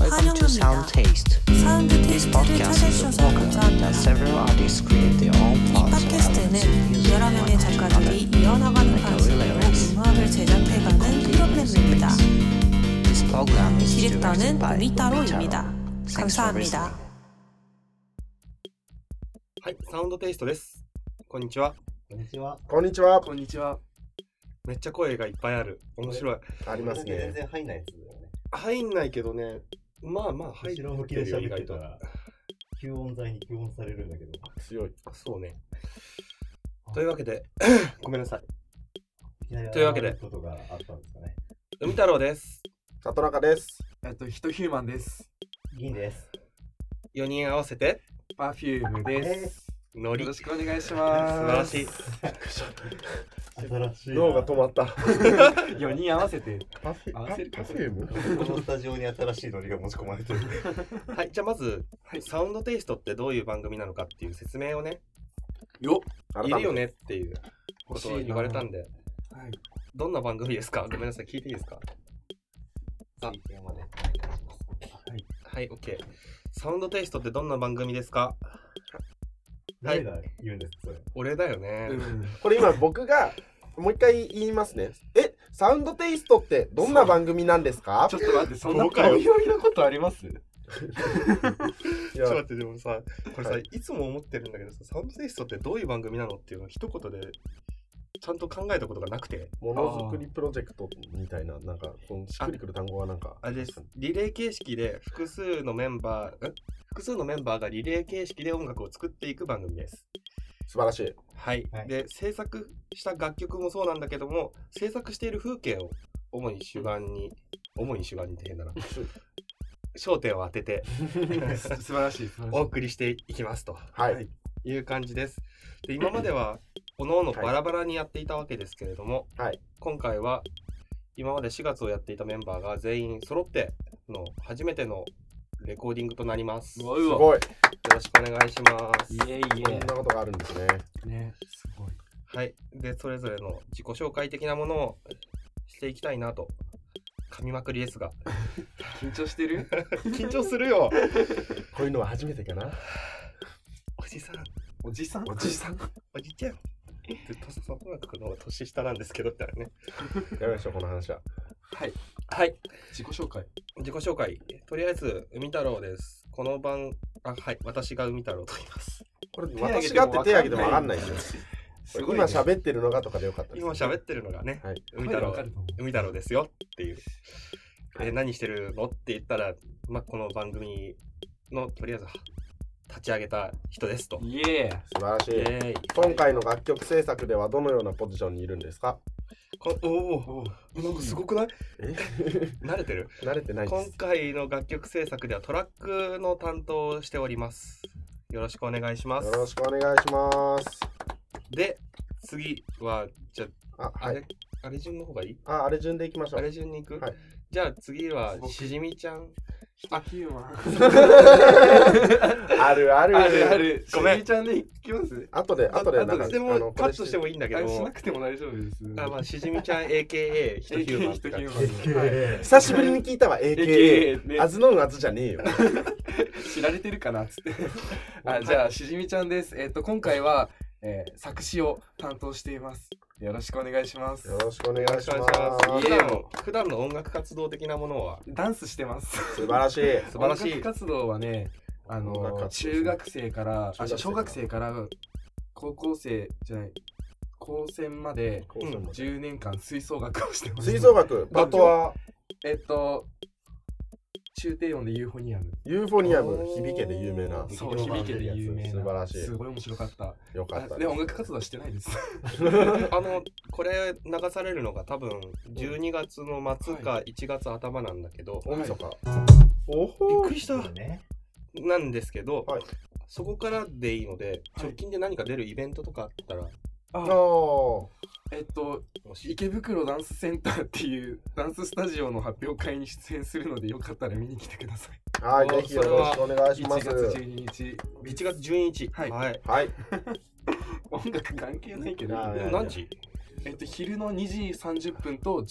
Welcome to Sound Taste. サウンドテイ This ストで podcast 正 is し a さを感じ podcast that た several artists create their own parts or elements using 팟캐스트는 여러 명의 작가들이 one 이어나가는 like a real 방 lyrics. 식으로음악을 제작해가는 프로그램입니다. This program is directed 디렉터는 by Umitaro. 우미따로입니다. Thanks for listening. 감사합니다.はい、サウンドテイストです。こんにちは。こんにちは。こんにちは。こんにちは。めっちゃ声がいっぱいある。面白い。ありますこれ全ね。然入んないやつだよね。入んないけどね、まあまあ入後ろっ向きてでるよ、意喋って外と。たら、吸音材に吸音されるんだけど。強い。そうね。というわけで、 ごめんなさい。とというわけでことがあったんですかね。海太郎です。里中です。えっと、ヒトヒューマンです。銀です。 4人合わせて、パフュームです。ノリ。よろ素しくお願いし晴まらす。しい。新しいな。脳が止まった。 4人合わせて。パフィ合わせるかパフィウムこのスタジオに新しいノリが持ち込まれてる。 はい、じゃあまず、はいサウンドテイストってどういう番組なのかっていう説明をね、よ改いめるてよねっていうことを言われたんで、はい。どんな番組ですかごめんなさい、聞いていいですかいいテーマで。はい、OK。サウンドテイストってどんな番組ですかは誰いが言うんですか、それ。俺だよね。うんこれ今僕がもう一回言いますね。え、サウンドテイストってどんな番組なんですかちょっと待って、そんなどうかよ飛び降りのことあ りますちょっといや待って、でもさ、これさ、、はいつも思ってるんだけどさ、サウンドテイストってどういう番組なのっていうのを一言でちゃんと考えたことがなくて、ものづくりプロジェクトみたいな、なんか、このしっくりくる単語はなんか。あれです、リレー形式で複数のメンバー、ん複数のメンバーがリレー形式で音楽を作っていく番組です。素晴らしい。はい。はいで、制作した楽曲もそうなんだけども、制作している風景を主に主眼に、主に主眼にって変だな、焦点を当てて素晴らしい、素晴おらし送りしていきますと。はい。いう感じです。で今までは各々バラバラにやっていたわけですけれども、はい今回は今まで4月をやっていたメンバーが全員揃っての初めてのレコーディングとなります。い。よすうわ。ごい。ろしくお願いします。イエイイこんエなことがあるんですね。イ。ね、すごい。はい。で、それぞれの自己紹介的なものをしていきたいなと。噛みまくりですが。緊張してる緊張するよこういうのは初めてかな。 おじさん、おじさんおじさん。おじちゃん。で、とさとなくの方が年下なんですけどってあるね。やめましょう、この話は。はい。はい。自己紹介。自己紹介とりあえず海太郎ですこの番あはい私が海太郎と言いますこれ、手挙げ私てもがって手挙げてもわかんないでしょ。すこれ今喋ってるのがとかでよかったです、今喋ってるのがね、はい海太郎わかると思う海太郎ですよっていう、えー何してるのって言ったら、まあ、この番組のとりあえず立ち上げた人ですと、イエーイ。素晴らしイエい。ーイ今回の楽曲制作ではどのようなポジションにいるんですかこおおなんかすごくないえ 慣れてる慣れてないで今す。回の楽曲制作ではトラックの担当をしておりますよろしくお願いしますよろしくお願いします。で次はじゃあ、あ、はあいれ。あれ順の方がいいあ、あれ順でいきましょあれう。順に行く、はいじゃあ次はすごくしじみちゃんヒトヒューマン。 あるある。あるある。ごめんしずみちゃんでいきます後で、後で、あなんどっか、ちでもカットしてももいいんだけあれしどなくても大丈夫です。あ、まあ、しじみちゃん AKA ヒトヒューマンって感 じ久しぶりに聞いたわ、AKA。 AKA ねあずのんあずじゃねえよ。知られてるかなっつ ってあじゃあしじみちゃんですえっ、と今回は、えー作詞を担当していますよろしくお願いしますよろしくお願いしよろしまくお願いします普段す。の普段の音楽活動的なものはダンスしてます素晴らしい。素晴らし音い楽活動はねあの音楽活動ですね中学生から中学生からあ小学生から高校生じゃない高専までうん10年間吹奏楽をしてます吹奏楽、パートは、えっと中低音でユーフォニアムユーフォニアム、おー響けで有名な。そう響けで有名な素晴らしすごい面白かったい。よかったあで音楽活動はしてないですあのこれ流されるのが多分12月の末か1月頭なんだけど、大晦日。おびっほくりしたね。なんですけど、はいそこからでいいのではい直近で何か出るイベントとかあったらああーえっともし池袋ダンスセンターっていうダンススタジオの発表会に出演するのでよかったら見に来てください。はい、ぜひよろしくお願いし1ま月す。 12日。 1月12日はいはい、はい。音楽関係ないけど。あー何時えっと、昼の2時30分と17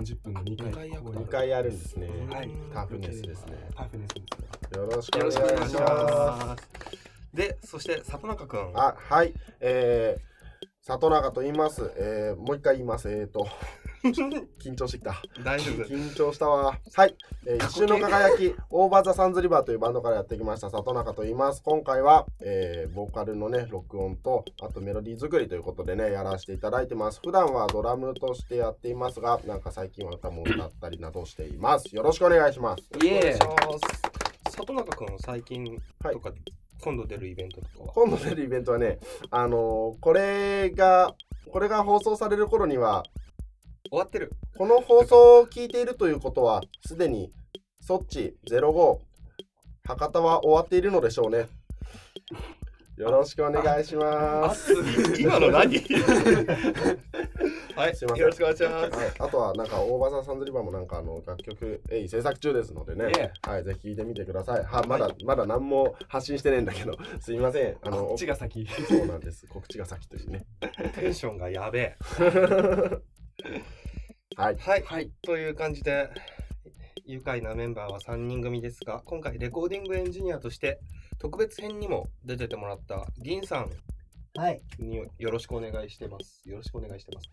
時30分の2回二回2回あるんですね。はいタフネスですね。ハーフネスですよろしくお願いしよろしくお願いします。す。で、そして里中くん。あ、はい。えー、里中と言います。えー、もう一回言います。えーと、緊張してきた。大丈夫です。緊張したわ。はい。えー過一去形瞬の輝き、オーバーザサンズリバーというバンドからやってきました、里中と言います。今回は、えーボーカルのね、録音と、あとメロディー作りということでね、やらせていただいてます。普段はドラムとしてやっていますが、なんか最近は歌も歌ったりなどしています。よろしくお願いします。イエーイお願いします里中くん、最近はいとか、今度出るイベントとかは。今度出るイベントはね、あのーこれが、これが放送される頃には、終わってる。この放送を聞いているということは、すでに、そっち05、博多は終わっているのでしょうね。よろしくお願いします。今の何はい、すいませんよろしくお願いします。はい、あとは、なんか、大場さんサンズリバーもなんか、あの、楽曲、えい、制作中ですのでねえ、はい、ぜひ聴いてみてください。は、まだ、まだ何も発信してねえんだけど、すいません。あの、こっちが先。そうなんです。告知が先というね。テンションがやべえ。はい。はい、はい。という感じで、愉快なメンバーは3人組ですが、今回レコーディングエンジニアとして、特別編にも出ててもらった銀さんはい。によろしくお願いしてます。よろしくお願いしてます。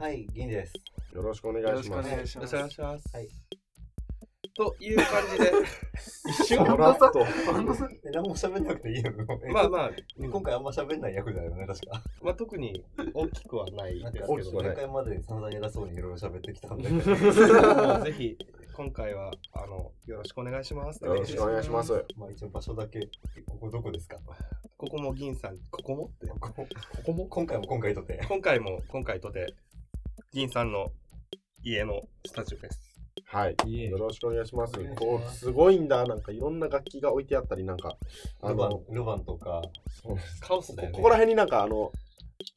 はい、銀です。よろしくお願よいろししくおます。願いしよまろしすくお。願いします。はいという感じで、 一そ瞬、らっと、え、何も喋んなくていいのまああ、まあ、今回あんま喋んない役だよね、確か。まあ、特に大きくはないですけ大きくどはねな前。い回までに散々偉そうにいろいろ喋ってきたん だけど、もうぜひ、今回は、あの、よろしくお願いします。よろしくお願いします。まあ一応場所だけ、ここどこですかここも銀さん、ここもって。こここも今回も今回とて。今回も、今回とて、銀さんの家のスタジオです。はい。イエーイよろしくお願いしますお願いし。ますこうすごいんだ。なんかいろんな楽器が置いてあったり、なんか、あルバンの、、ルバンとか、そうですカオスだよこね。こら辺になんかあの、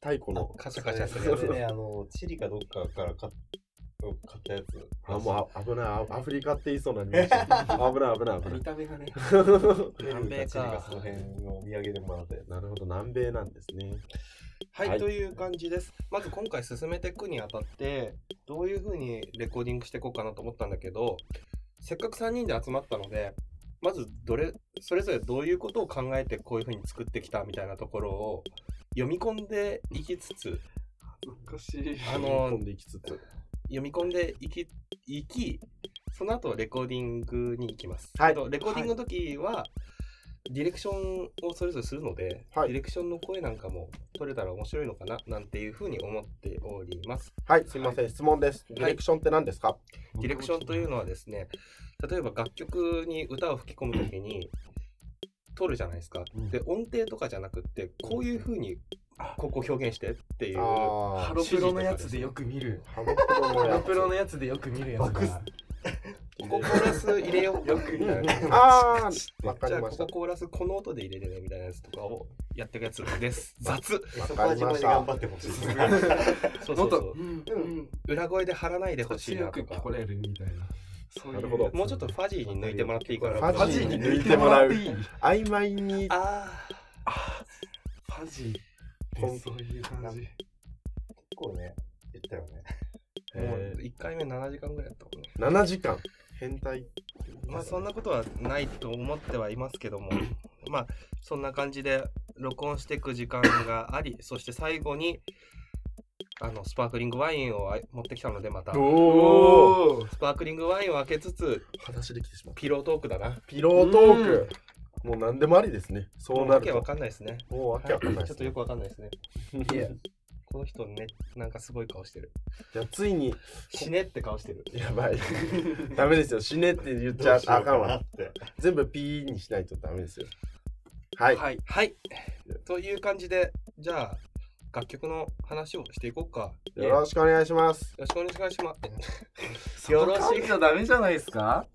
太鼓の、カシャカシャするそやれつでね。ね、あの、チリかどっかから買っ買ったやつ。あ、もうあ危ないあ、アフリカって言いそうな匂いした。危ない危ない危な見い。た目がね。ペル南米ーかチリかかその辺のお土産でもらったやつ。なるほど、南米なんですね。はい、はいという感じです。まず今回進めていくにあたって、どういう風にレコーディングしていこうかなと思ったんだけど、せっかく3人で集まったので、まずどれ、それぞれどういうことを考えてこういう風に作ってきたみたいなところを読み込んでいきつつ、難しい。あ飛のん、でいきつつ。読み込んでいき、いき、その後レコーディングに行きます。はいあとレコーディングの時は、ディレクションをそれぞれするので、はいディレクションの声なんかも取れたら面白いのかななんていうふうに思っております。はい、すいません、質問です。ディレクションって何ですかディレクションというのはですね、例えば楽曲に歌を吹き込む時に、取るじゃないですか。うんで、音程とかじゃなくって、こういうふうにここ表現してっていう。ハあロプロのやつでよく見る。ー、ハロプロハのやロつプロのやつでよく見るやつバックスが。ここコーラス入れようよくみたいな。あー、わかじゃありまこしたこ。コーラスこの音で入れてねみたいなやつとかをやってるやつ です。雑えそこは自分で頑張ってほしいで すね。そうもそっうとそ、ううんうん。う裏声で張らないでほしい強なくと聞かこ。えるみたいな。そういうなるほどもうちょっとファジーに抜いてもらっていいから。ファジーにフ抜いてもらうファジーに曖昧に、あファジーってそういう感じ。結構ね、言ったよね。あ、もえう1回目7時間ぐらいやったもんね。ー7時間。変態。まあそんなことはないと思ってはいますけど も、まあそんな感じで録音していく時間があり、そして最後に、あのスパークリングワインをあい持ってきたのでまたおー。おー。スパークリングワインを開けつつ裸足できてしまうピロートークだなピロートーク、もう何でもありですねそうなわるけわとかんないですね。もうわけわかんないはでいちょっすとよくわかんないですね。いや、この人ね、なんかすごい顔してる。じゃあついに死ねって顔してる。や ばいダメですよ死ねって言っちゃあかんわ全部ピーにしないとダメですよはい、はい。はい。という感じで、じゃあ、楽曲の話をしていこうか。よろしくお願いしますよろしくお願いします。よろしいじゃダメじゃないですか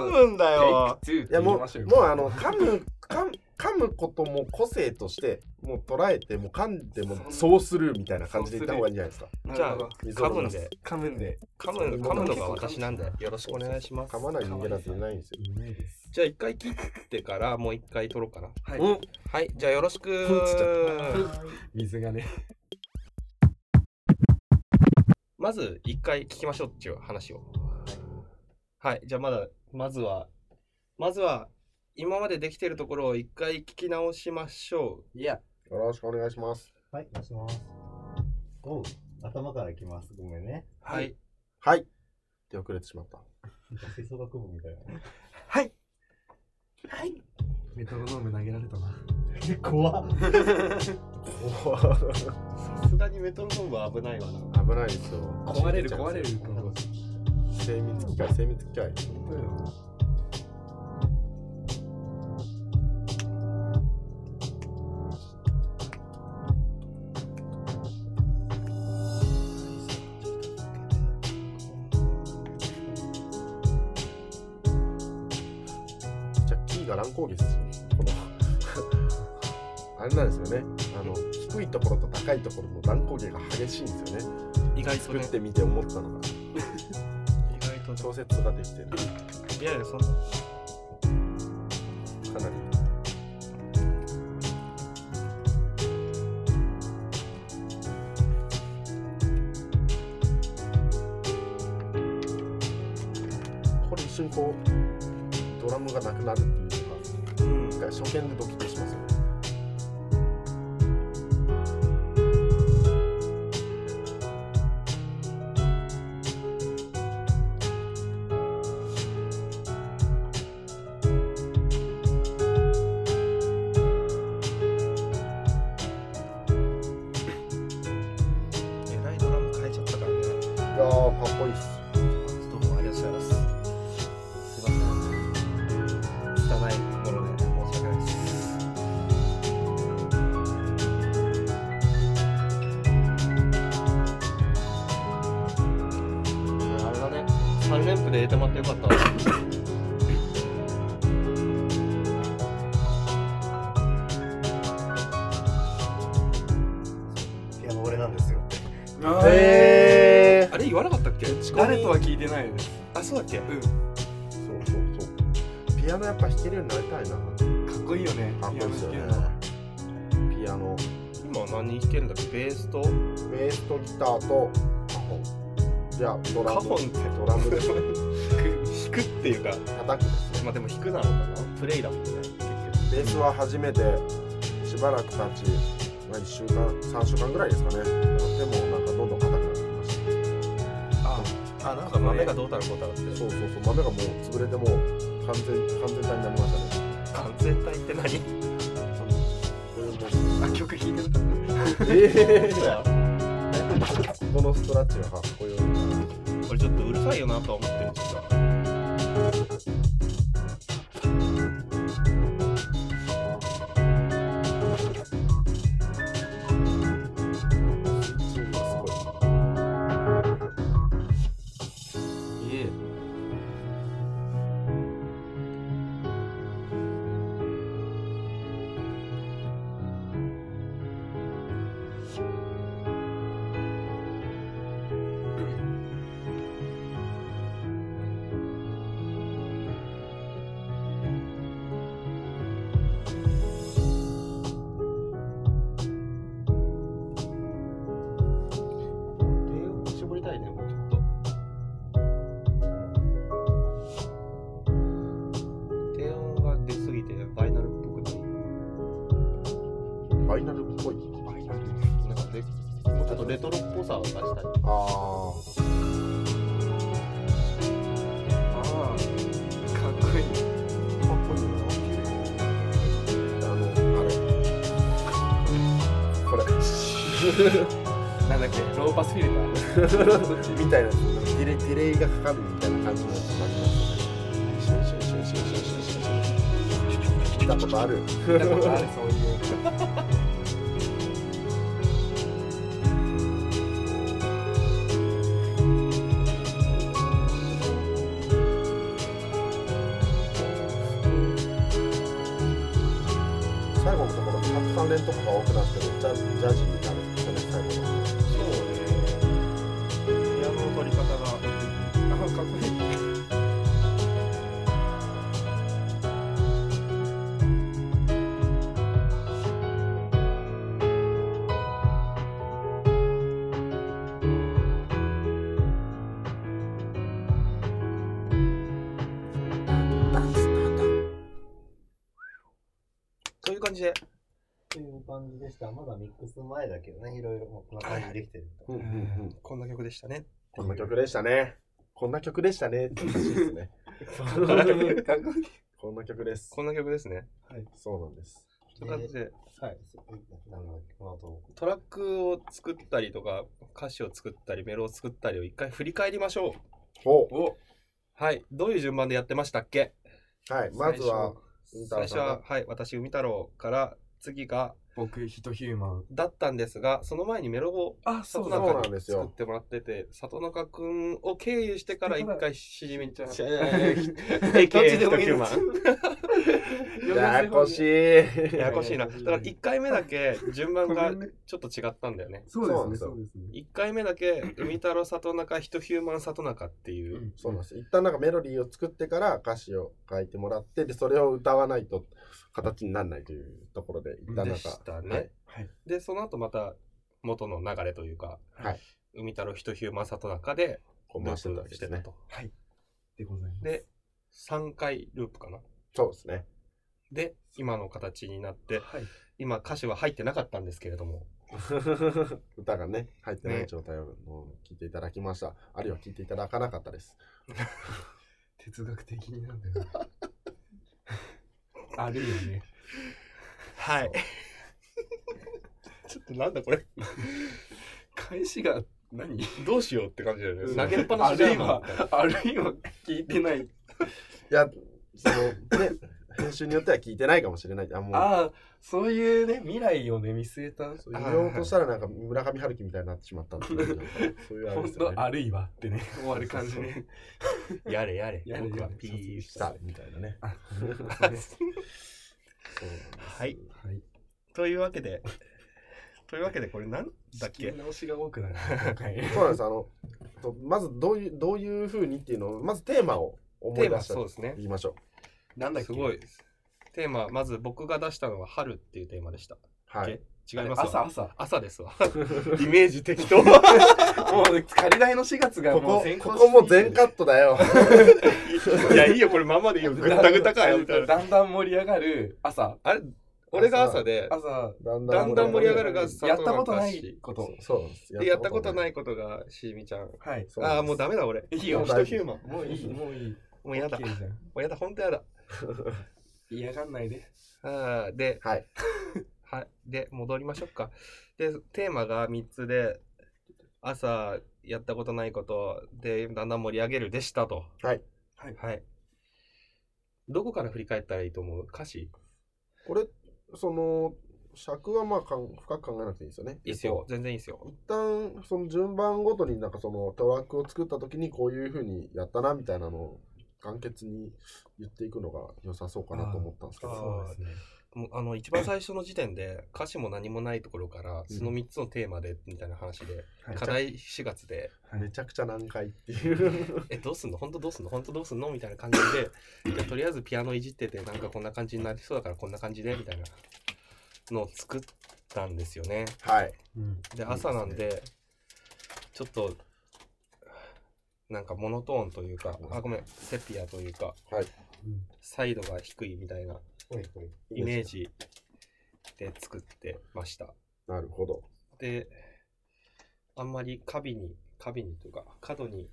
むんだよ。。テイク2っていや言もいうましょうよもうあの噛む噛む噛むことも個性としてもう捉えてもう噛んでもそうするみたいな感じでいった方がいいんじゃないですかじゃあなるほど、噛むんで。噛むんで。噛む噛むのが私なんで、よろしくお願いします。噛まない人間なんていないんですよいないです。じゃあ、一回切ってから、もう一回撮ろうかな。はい。うんはい、じゃあよろしくふんっつっちゃっ水がね。まず一回聞きましょうっていう話を。はい、じゃあまだ、まずは、まずは、今までできてるところを一回聞き直しましょう。いや、よろしくお願いします。はい、出します。おう、頭からいきます。ごめんね。はい。はい。手遅れてしまった。吹奏楽部みたいな。はいはいメトロノーム投げられたな。え、怖っ。さすがにメトロノームは危ないわな。危ないですよ。壊れる壊れる。精密機械、精密機械。じゃあキーが乱高下ですこの あれなんですよねあの低いところと高いところの乱高下が激しいんですよね意外と作ね、ってみて思ったのが意外と調節ができてるいやいや、そんな。かなりこれ一瞬こうドラムがなくなるっていうのがうん一回初見でドキッとしますよねえらいドラム変えちゃったからね。いやーかっこいいっすどうもありがとうございます。すいません。汚いもので申し訳ないです。いやあれだね。三連符で A 玉ってよかったわ。ピアノ俺なんですよ。えあれ言わなかったっけ？誰とは聞いてないです。あそうだっけ？うん。ー、そうそうそうピアノやっぱ弾けるようになりたいなかっこいいよね。かっこいいですよねピアノ弾ピアノ今は何弾けるんだっけ？ベースとベースとギターとカホンじゃあドカラムホンってドラムで弾くっていうか、叩くですねまあでも弾くなのかな？プレイだもんね。結局ベースは初めてしばらく経ち、まあ、1週間3週間ぐらいですかねでもなんかどんどん硬くなってきましたあなんか豆がどうたらこうたらって。そうそうそう豆がもう潰れてもう完全完全体になりましたね完全体って何？これもあ曲聞いてなかっええこのストラッチがかっこよいこれちょっとうるさいよなとは思ってるんですがスイッチングがすごいた。いえ。レイを絞りたいねもうちょっと低音が出すぎてファイナルっぽくないファイナルっぽいなんかでもうちょっとレトロっぽさを出したいああああ。かっこいい。かっこいいなあのあれこれなんだっけローパスフィルター。どっちみたいなディレイディレイがかかるみたいな感じのやつもありますよねシュンシュンシュンシュンシュンシュンシュン見たことある聞いたことあるそういう。最後のところ103連とかが多くなってめっちゃジャジーになるんですよね最後のそうねピアノの取り方があかっこいい。こそういう感じで。という感じでした。まだミックス前だけどね、いろいろもうこんな感じできてる。うんうんうんこんな曲でしたね。こんな曲でしたね。こんな曲でしたね。って嬉しいですね。こんな曲です。こんな曲ですね。そうなんです。という感じで、はい。なんだっけ、この 後。トラックを作ったりとか、歌詞を作ったり、メロを作ったりを一回振り返りましょう。ほおはい。どういう順番でやってましたっけう。はい。まずは、インタ最ー初さんはが、はい、私、海太郎から、次が、僕ヒトヒューマンだったんですが、その前にメロをあ里だそう中なんにです作っよてもらってて、里中くんを経由してから一回し じみちゃん。いどっちでもいいのややこしい。ややこしいな。だから1回目だけ順番がちょっと違ったんだよね。そうですねそそううですね1回目だけ、海太郎里中、人ヒューマン里中っていう。そうなんです。一旦なんかメロディーを作ってから歌詞を書いてもらって、で、それを歌わないと形にならないというところで、一旦なんでかし、たね。はいはいで、その後また元の流れというか、はい海太郎、人ヒューマン里中でこうル回してたーわプけしでてすたね。と。でございますで、3回ループかな。そうですね。で、今の形になって、はい今歌詞は入ってなかったんですけれども、 歌がね、入ってなねい状態を聞いていただきました。あるいは聞いていただかなかったです。哲学的になんだよねあるよねはい。 ちょっとなんだこれ、返しが何どうしようって感じだようね。ん投げっぱなしじゃんあるいはみたいなあるいは聞いてないいや、その、ね、 編集によっては聞いてないかもしれない。あ、もう、ああそういうね未来をね見据えたそう言おうとしたらなんか村上春樹みたいになってしまったっていうなんかそういうあれほでんすよとあね。るいはってね終わる感じねやれやれ、やれやれ僕はピーし。たみたいなね。そうねそうなんですはい。はいというわけで、というわけでこれなんだっ仕切けり直しが多くなる今回そうなんです。あの、とまずどういう、どういう風にっていうのを、まずテーマを思テいーマ出したそうですね。言いましょう。なんだっけすごいです。テーマ、まず僕が出したのは春っていうテーマでした。はい。違いますわ朝朝朝ですわ。 イメージ適 当。もう仮代の4月がこもうこ先、こ行こも全カットだよ。いや、いいよ、これまんまでい いよ。ぐったぐたかよ、みたいな。だんだん盛り上がる朝あれ、俺が朝で、朝だんだんだん盛り上がるが、やったことないことそうなんです。。で、やったことないいことが、しみちゃん。はいそうああ、もうダメだ、俺。いいもよう人ヒューマン。もういいもういいもうやだ。オッもケーじゃんうやだ、ほんとやだ。嫌がんないでああ、で、はい。はい。で、戻りましょうか。で、テーマが3つで、朝やったことないことで、だんだん盛り上げるでしたと。はい。はいはい。どこから振り返ったらいいと思う歌詞これ、その、尺はまあかん深く考えなくていいですよね。いいっすよ。全然いいっすよ。一旦その順番ごとになんかそのトラックを作った時にこういうふうにやったなみたいなのを簡潔に言っていくのが良さそうかなと思ったんですけあーどそうですねもうあの一番最初の時点で歌詞も何もないところからその3つのテーマでみたいな話で、はい課題4月でめちゃくちゃ難解っていう「えどうすんの本当どうすんの本当どうすんの?」みたいな感じ でじゃあとりあえずピアノいじっててなんかこんな感じになりそうだからこんな感じでみたいなのを作ったんですよね。はいで朝なんでちょっとなんかモノトーンというかあごめんセピアというか、はいうんサイドが低いみたいなイメージで作ってました。なるほどで、あんまり花瓶に、花瓶にというか、角に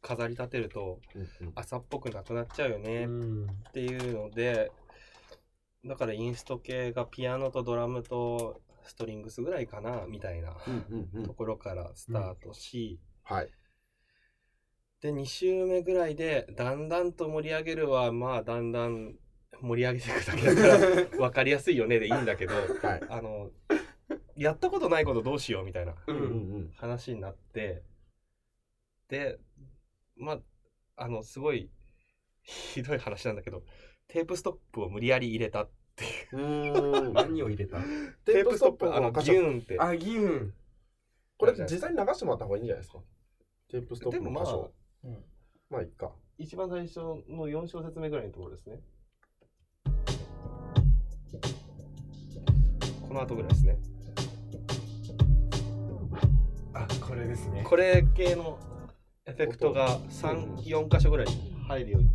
飾り立てるとうんうん朝っぽくなくなっちゃうようねっんていうので、だからインスト系がピアノとドラムとストリングスぐらいかなみたいなうんうんうとんころからスタートし、はいで、2週目ぐらいで、だんだんと盛り上げるは、まあ、だんだん盛り上げていくだけだから、 分かりやすいよねでいいんだけど、はいあの、やったことないことどうしようみたいな。ううんうんん話になってでまああのすごいひどい話なんだけどテープストップを無理やり入れたっていううーん何を入れたテープストップあのの箇ギ所ューンってあギュンこれ実際に流してもらった方がいいんじゃないですかテープストッでプものま箇あ所まあいいか一番最初の4小節目ぐらいのところですねこの後ぐらいですねあこれですねこれ系のエフェクトが34箇所ぐらい入るように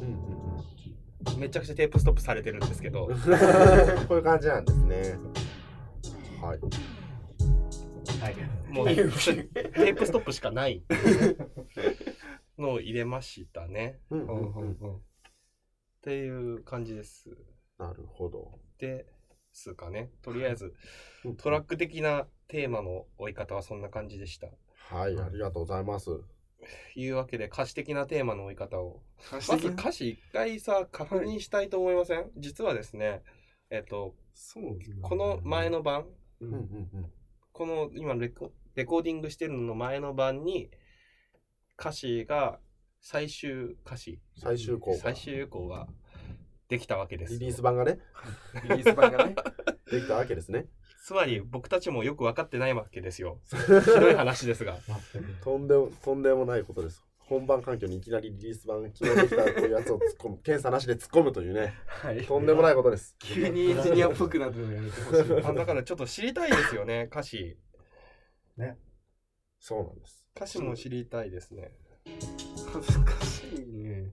うんうんうんめちゃくちゃテープストップされてるんですけ どこういう感じなんですね。はい。はい。もうテープストップしかないのを入れましたね。うんうんうんっていう感じです。なるほど。ですかね。とりあえずうんトラック的なテーマの追い方はそんな感じでした。はい、ありがとうございます。いうわけで歌詞的なテーマの追い方をままず歌詞一回さ確認したいと思いません、実はですねえっとそうこの前の版うんうんうん。この今レコレコーディングしてるのの前の版に歌詞が最終歌詞最終項最終項ができたわけですリリース版がね、リリース版がねできたわけですね。つまり僕たちもよく分かってないわけです よひどい話ですがとんでも、とんでもないことです。本番環境にいきなりリリース版、昨日できたこういうやつを突っ込む、検査なしで突っ込むとい うね、はいとんでもないことです。急にエンジニアっぽくなってるのやめてほしいあだからちょっと知りたいですよね歌詞そうなんです。歌詞も知りたいですね恥ずかしいね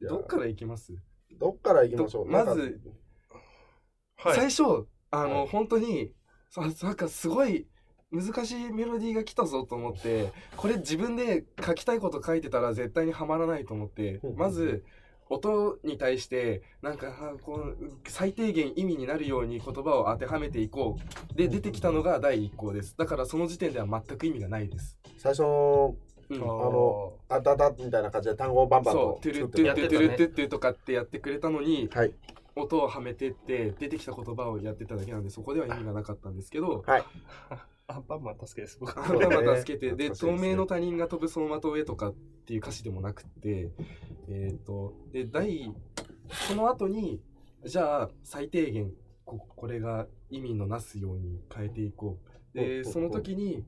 いやどっから行きますどっから行きましょう。どまずなんか、はい最初あの、はい本当にさなんかすごい難しいメロディーが来たぞと思ってこれ自分で書きたいこと書いてたら絶対にはまらないと思ってうんまず音に対してなんかあこう最低限意味になるように言葉を当てはめていこうで出てきたのが第一項ですだからその時点では全く意味がないです、最初の、うんあののあたたみたいな感じで単語をバンバンとそう「トゥ作っルてトゥたルトゥルトゥルトゥルトゥ」とかってやってくれたのにはい。音をはめてって出てきた言葉をやってただけなんでそこでは意味がなかったんですけどアンパンマン助けです僕 そうだね頭助けて、懐で、かしいで透すね明の他人が飛ぶ走馬灯へとかっていう歌詞でもなくって、えっ、と、で、第、その後に、じゃあ、最低限こ、これが意味のなすように変えていこう。おで、っとその時に、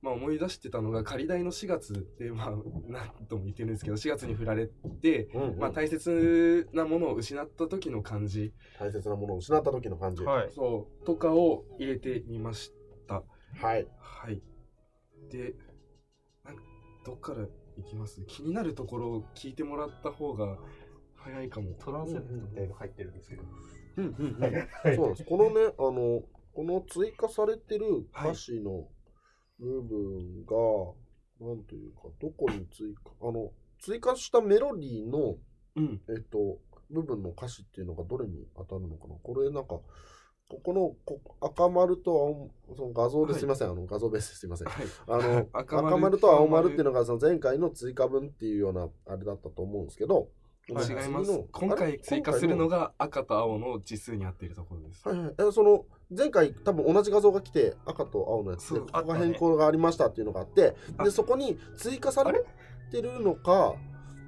まあ、思い出してたのが、仮大の4月で、まあ、 なんとも言ってるんですけど、4月に振られて、うんうんまあ、大切なものを失った時の感じ大切なものを失った時の感じ。はいそうとかを入れてみました。はい。はい。で、なんどっから行きます気になるところを聞いてもらった方が早いかも。トランスレットみたいの入ってるんですけど、うんうんうん、そうなんです。このね、あの、この追加されてる歌詞の部分が、なんというか、どこに追加、あの、追加したメロディーの、うん。えっと、部分の歌詞っていうのがどれに当たるのかなこれなんか、ここのこ赤丸と青、その画像ではいすいません、あの画像ベースですいません。はい。あの 赤丸赤丸と青丸っていうのがその前回の追加分っていうようなあれだったと思うんですけど、はい違い次まのす。今あ回れ追加す今る回のが赤と青の字数に合っているところです。はいはい、えその前回多分同じ画像が来て赤と青のやつそでうこあこったがね変更がありましたっていうのがあってあでそこに追加されてるのか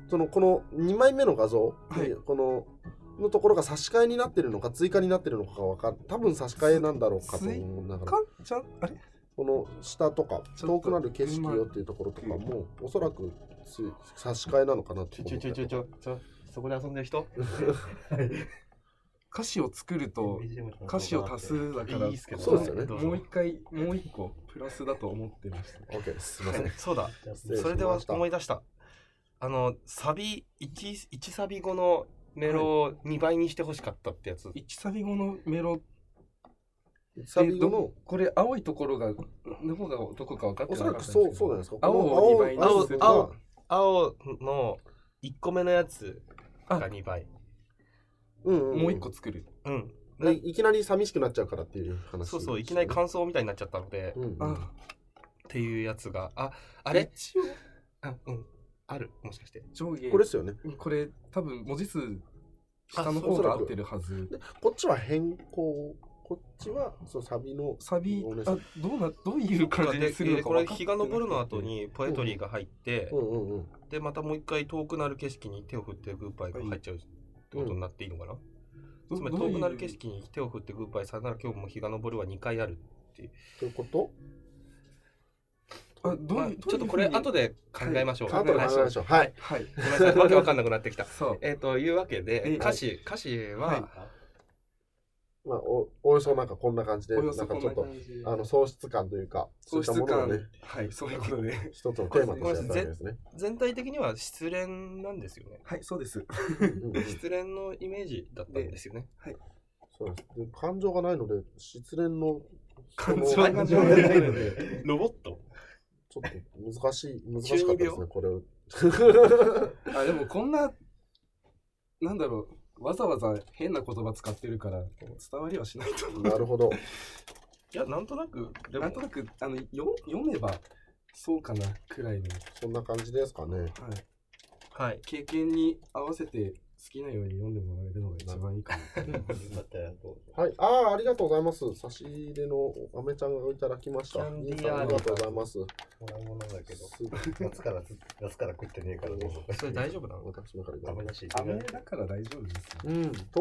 そのこの2枚目の画像、はいでこののところが差し替えになってるのか追加になってるのかがわかん多分差し替えなんだろうかと思いながらかちゃん、あれこの下とかちょ遠っとくなる景色よっていうところとかもおそらくつ差し替えなのかなちとょ思ちっょちょちょてちょちょそこで遊んでる人歌詞を作ると歌詞を足すだから、いいっすけどそうですよねどぞもう一回、もう一個プラスだと思ってました。 OK ですすいませんそうだ失礼しましたそれでは思い出したあのサビ 1, 一サビ後のメロを2倍にしてほしかったってやつ、 1サビ後のメロサビ後えのどこれ青いところがどこがどこか分かっておなそからったんくですそうけそうじゃないどですか青を二倍に青する青青青の1個目のやつが2倍うんんんもう一個作る、うんでいきなり寂しくなっちゃうからっていう話そうそういきなり感想みたいになっちゃったので、うんうんあっていうやつがああれ一応あうんあるもしかして上下ここれでれすよねこれ多分文字数あ下のお方そがら合くってるはずでこっちは変更こっちはそうサビのサビごめんなあさいどうなどういう感じにするのでかこ分れかって日ながくて昇るの後にポエトリーが入って、うんうんうんでまたもう一回遠くなる景色に手を振ってグーパイが入っちゃうってことになっていいのかな、どつまりど遠ういうくなる景色に手を振ってグーパイさよなら今日も日が昇るは2回あるということあどういう、まあどういうちょっとこれ後でで考えましょう、カーはいトの話しましょうはいはいごめんなさいわけわかんなくなってきたそうえーというわけえで歌詞歌詞は、はいまあ、おおおよそなんかこんな感じで、おなよんそかちこょっと、んな感じあの、喪失感というか、そう喪いったも失のを感、ね、はいそういうこ とで一つのテーマとしてやったわけですね。全体的には失恋なんですよね。はいそうですうんうん失恋のイメージだったんですよね。そうですで感情がないので、失恋の感そ情のが感ない情がないのので、 でロボットちょっと難しい、難しかったですね、これを。 あでもこんななんだろうわざわざ変な言葉使ってるから伝わりはしないと思うなるほど。いや、なんとなく、でなもんとなくあのよ読めばそうかなくらいの、そんな感じですかね。はい、はい。経験に合わせて好きなように読んでもらえるのが一番いいかなと思いますよかったらどうぞはい、ああ、ありがとうございます。差し入れのあめちゃんがいただきましキた。ャンディー兄さんありがとうございます。もらい物だけど、す夏からず、夏から食ってねえからね。それ大丈夫なの私のからいただきダまメだし、す雨だから大丈夫ですよう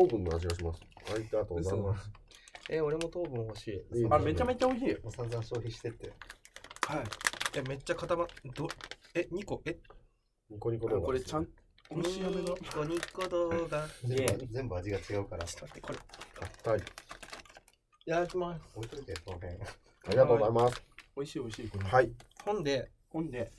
ん、糖分の味がします。ありがとうございます。え、俺も糖分欲しい。いいですねあめちゃめちゃ美味しいもう散々消費してって。はいえ、めっちゃ固まっ、ど、え、2個、え、ニコニコ動画これちゃん美味しい飴だ個2個動画。全部全部味が違うから、ちょっと待って、これ。いはい、ただきます。置いといて、その辺。ありがとうございます。美味しい美味しいこれはい、本で、ほんで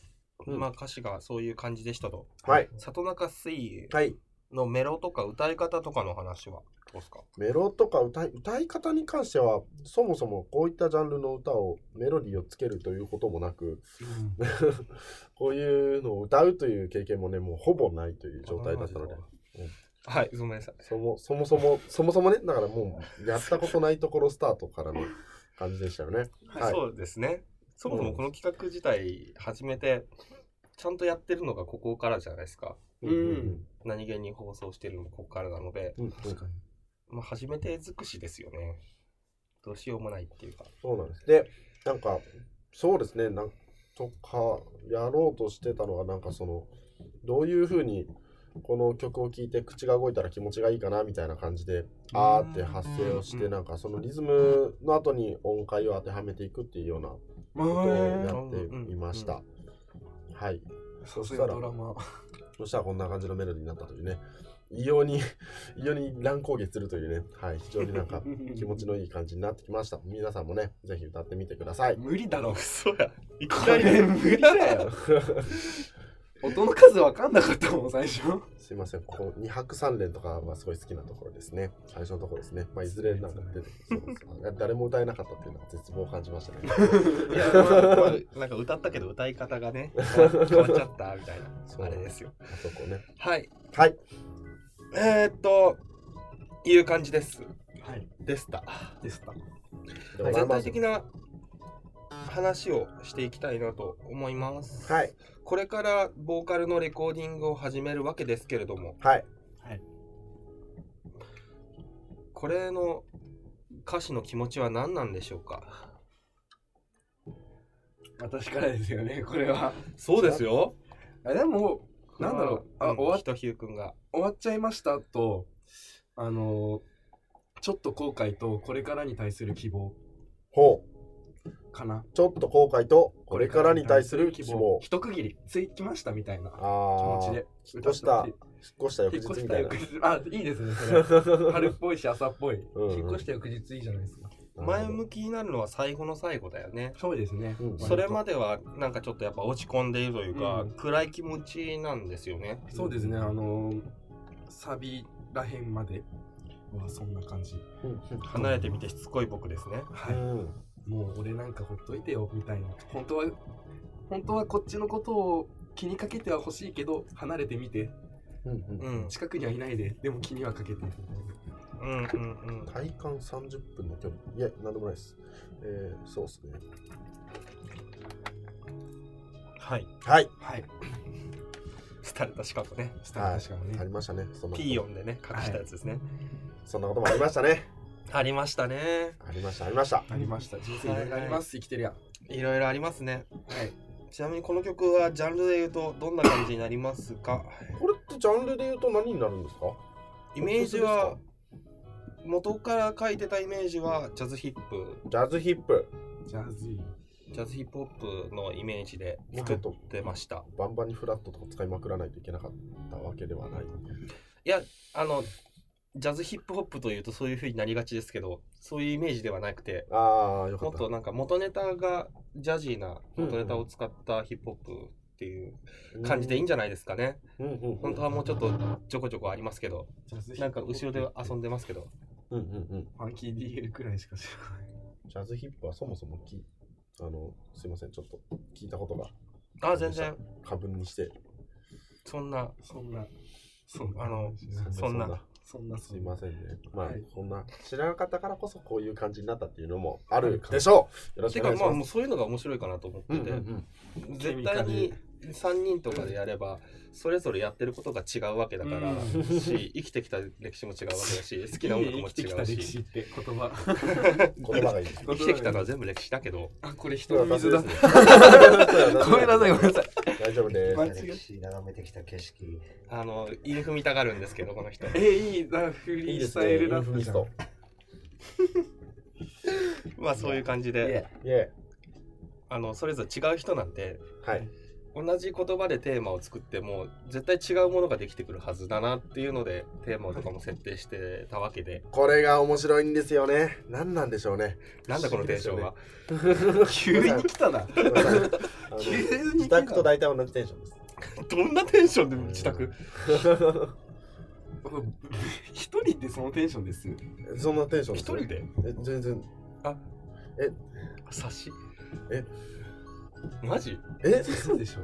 うんまあ歌詞がそういう感じでしたと。はい、里中水はい。のメロとか歌い方とかの話はどうですかメロとか歌い歌い方に関しては、そもそもこういったジャンルの歌をメロディーをつけるということもなく、 こういうのを歌うという経験もね、もうほぼないという状態だったので、はい、ごめんなさい。そもそもそも、そもそもね、だからもうやったことないところスタートからの感じでしたよね。はいそうですね。そもそもこの企画自体始めて、ちゃんとやってるのがここからじゃないですか。うん何気に放送してるのもここからなので、うん、うん確かにまあ、初めて尽くしですよね。どうしようもないっていうか。そうなんです。で、なんか、そうですね、なんとかやろうとしてたのは、なんかその、どういうふうにこの曲を聴いて口が動いたら気持ちがいいかなみたいな感じで、あーって発声をして、なんかそのリズムの後に音階を当てはめていくっていうようなことをやっていました。はい。さそすしたらがドラマそしたらこんな感じのメロディーになったというね、異様に、異様に乱高下するというね、はい、非常になんか気持ちのいい感じになってきました。皆さんもね、ぜひ歌ってみてください。無理だろ嘘や。いきこなり。 れ無理だ よ音の数わかんなかったもん最初すいません、ここ2泊3連とかはすごい好きなところですね。最初のところですね。まあ、いずれなんか出てそうそう誰も歌えなかったっていうのは絶望を感じましたね。いや、まあまあなんか歌ったけど歌い方がね、 変わ変わっちゃったみたいな、そうあれですよ。あそこね。はい。はい。えー、っと、いう感じです。はいでした。でしたでござい全ま体す的な話をしていきたいなと思います。はい。これからボーカルのレコーディングを始めるわけですけれども、はい。これの歌詞の気持ちは何なんでしょうか私からですよねこれはそうですよ。あでもなんだろうああ、終終わわっったひゅうくんが。終わっちゃいましたとあのちょっと後悔とこれからに対する希望ほう。かなちょっと後悔と、これからに対する希望。一区切りついきましたみたいなあ気あ持ちー、で引っ越した歌って引っ越した翌引っ越日しみたたいな翌。日あいいですね それ春っぽいし朝っぽいうんうん引っ越した翌日いいじゃないですか前向きになるのは最後の最後だよね。そうですね、うんそれまではなんかちょっとやっぱ落ち込んでいるというか、うん暗い気持ちなんですよね。そうですねあのサビらへんまではそんな感じうん離れてみてしつこい僕ですね。はい、うんもう俺なんかほっといてよみたいな本当は本当はこっちのことを気にかけては欲しいけど離れてみてうんうんうん。近くにはいないででも気にはかけてみたいうんうんうん。体感30分の距離いや何でもないですえー、そうですねはい。はいなはい廃れた四角ね。スタートしかもね、ありましたねそんなことピーヨンでね、隠したやつですね。そんなこともありまし たねありましたね。ありましたありましたありました人生いろいろあります、生きてるやいろいろありますね。はいちなみにこの曲はジャンルで言うとどんな感じになりますかこれってジャンルで言うと何になるんですかイメージは、元から書いてたイメージはジャズヒップ、ジャズヒップジャズイジャズヒップホップのイメージでもうちょっと出ました。バンバンにフラットとか使いまくらないといけなかったわけではないいや、あの、ジャズヒップホップというとそういう風になりがちですけど、そういうイメージではなくて、ああ、よかもっ。ったとなんか元ネタがジャジーな元ネタを使ったヒップホップっていう感じでいいんじゃないですかね。うんうんうん本当はもうちょっとちょこちょこありますけど、なんか後ろで遊んでますけど、うんうんうん。ファンキー DL くらいしか知らない。ジャズヒップはそもそもき、あの、すいません、ちょっと聞いたことがあ、全然過分にして、そんな、そんな、そんなあの話なんですそんな。そんな、すいませんね。まあ、はいこんな、知らなかったからこそこういう感じになったっていうのもあるでしょう。よろしてくおか願いしまあまもうす。そういうのが面白いかなと思ってて、ん絶対に3人とかでやればそれぞれやってることが違うわけだから、うんし生きてきた歴史も違うわけだ し好好ききな音楽も生きて違きたう歴し史って言葉。言 葉がいい。生きてきたのは全部歴史だけどあ、これ人の水だ。そう ごめんなさい、ごめんなさい。大丈夫です。間違歴史眺めてきた景色。あの家踏みたがるんですけどこの人えー、いいな、フリースタイルラップじゃん。ト。まあそういう感じでイェあのそれぞれ違う人なんでイ。はい。同じ言葉でテーマを作っても絶対違うものができてくるはずだなっていうのでテーマとかも設定してたわけ でこれが面白いんですよね。何なんでしょうね。なんだこのテンションは、急に来たな。ごめんなさいあの 急に来た。自宅と大体同じテンションです。どんなテンションで自宅一人でそのテンションです。そんなテンション一人ですでえ全然。差しえマジえそうでしょ。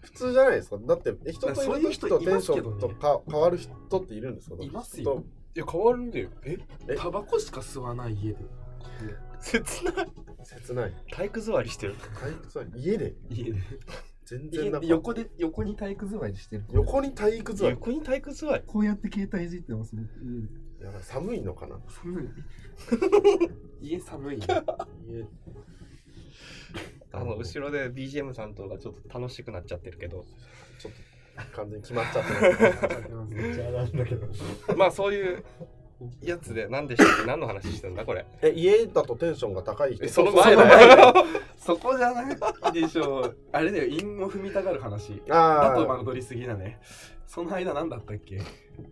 普通じゃないですかだってえ人とそういいうる人時といテまンすシけどョねンとか変わる人っているんですかいますよ。いや変わるんだよええタバコしか吸わない家で。切ない切ない。体育座りしてる体育座り家で家で。全家然なんでか横で、横に体育座りしてる。横に体育座り。横に体育座りこうやって携帯いじってますね。家でやばい寒いのかな。寒い。家寒いね。家あの後ろで BGM 担当がちょっと楽しくなっちゃってるけどちょっと完全に決まっちゃってます。 邪なんだけど。 まあそういうやつで何でしたっけ何の話してんだこれえ家だとテンションが高い人。えその前だよそこじゃないでしょう。あれだよ、韻を踏みたがる話。ああとあ。間取りすぎだね。その間何だったっけ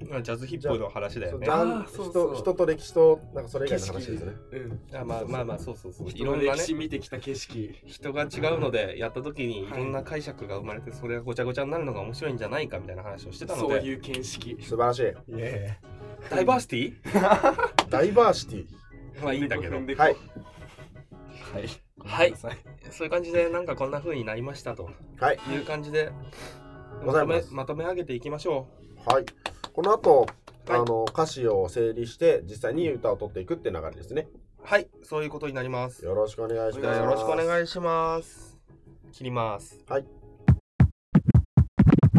まあジャズヒップホップの話だよそうねジャンあーそうそう人人と歴史となんかそれ以外の話ですね。うん。あまあまあまあそうそうそうい人ろのんな歴ね史見てきた景色。人が違うのでやった時にいろんな解釈が生まれてそれがごちゃごちゃになるのが面白いんじゃないかみたいな話をしてたのそうでいう見識。素晴らしい。イエダイバーシティ ダイバーシティ。まあいいんだけど踏んでこうはい。はい。はいごめんなさい。そういう感じでなんかこんな風になりましたとはい。いう感じでごまざといまめすまとめ上げていきましょはい。この後、はいあの歌詞を整理して実際に歌を取っていくって流れですね。うはいそういうことになりますよろしくお願いじしゃまあす。よろしくお願いします。切ります。はい。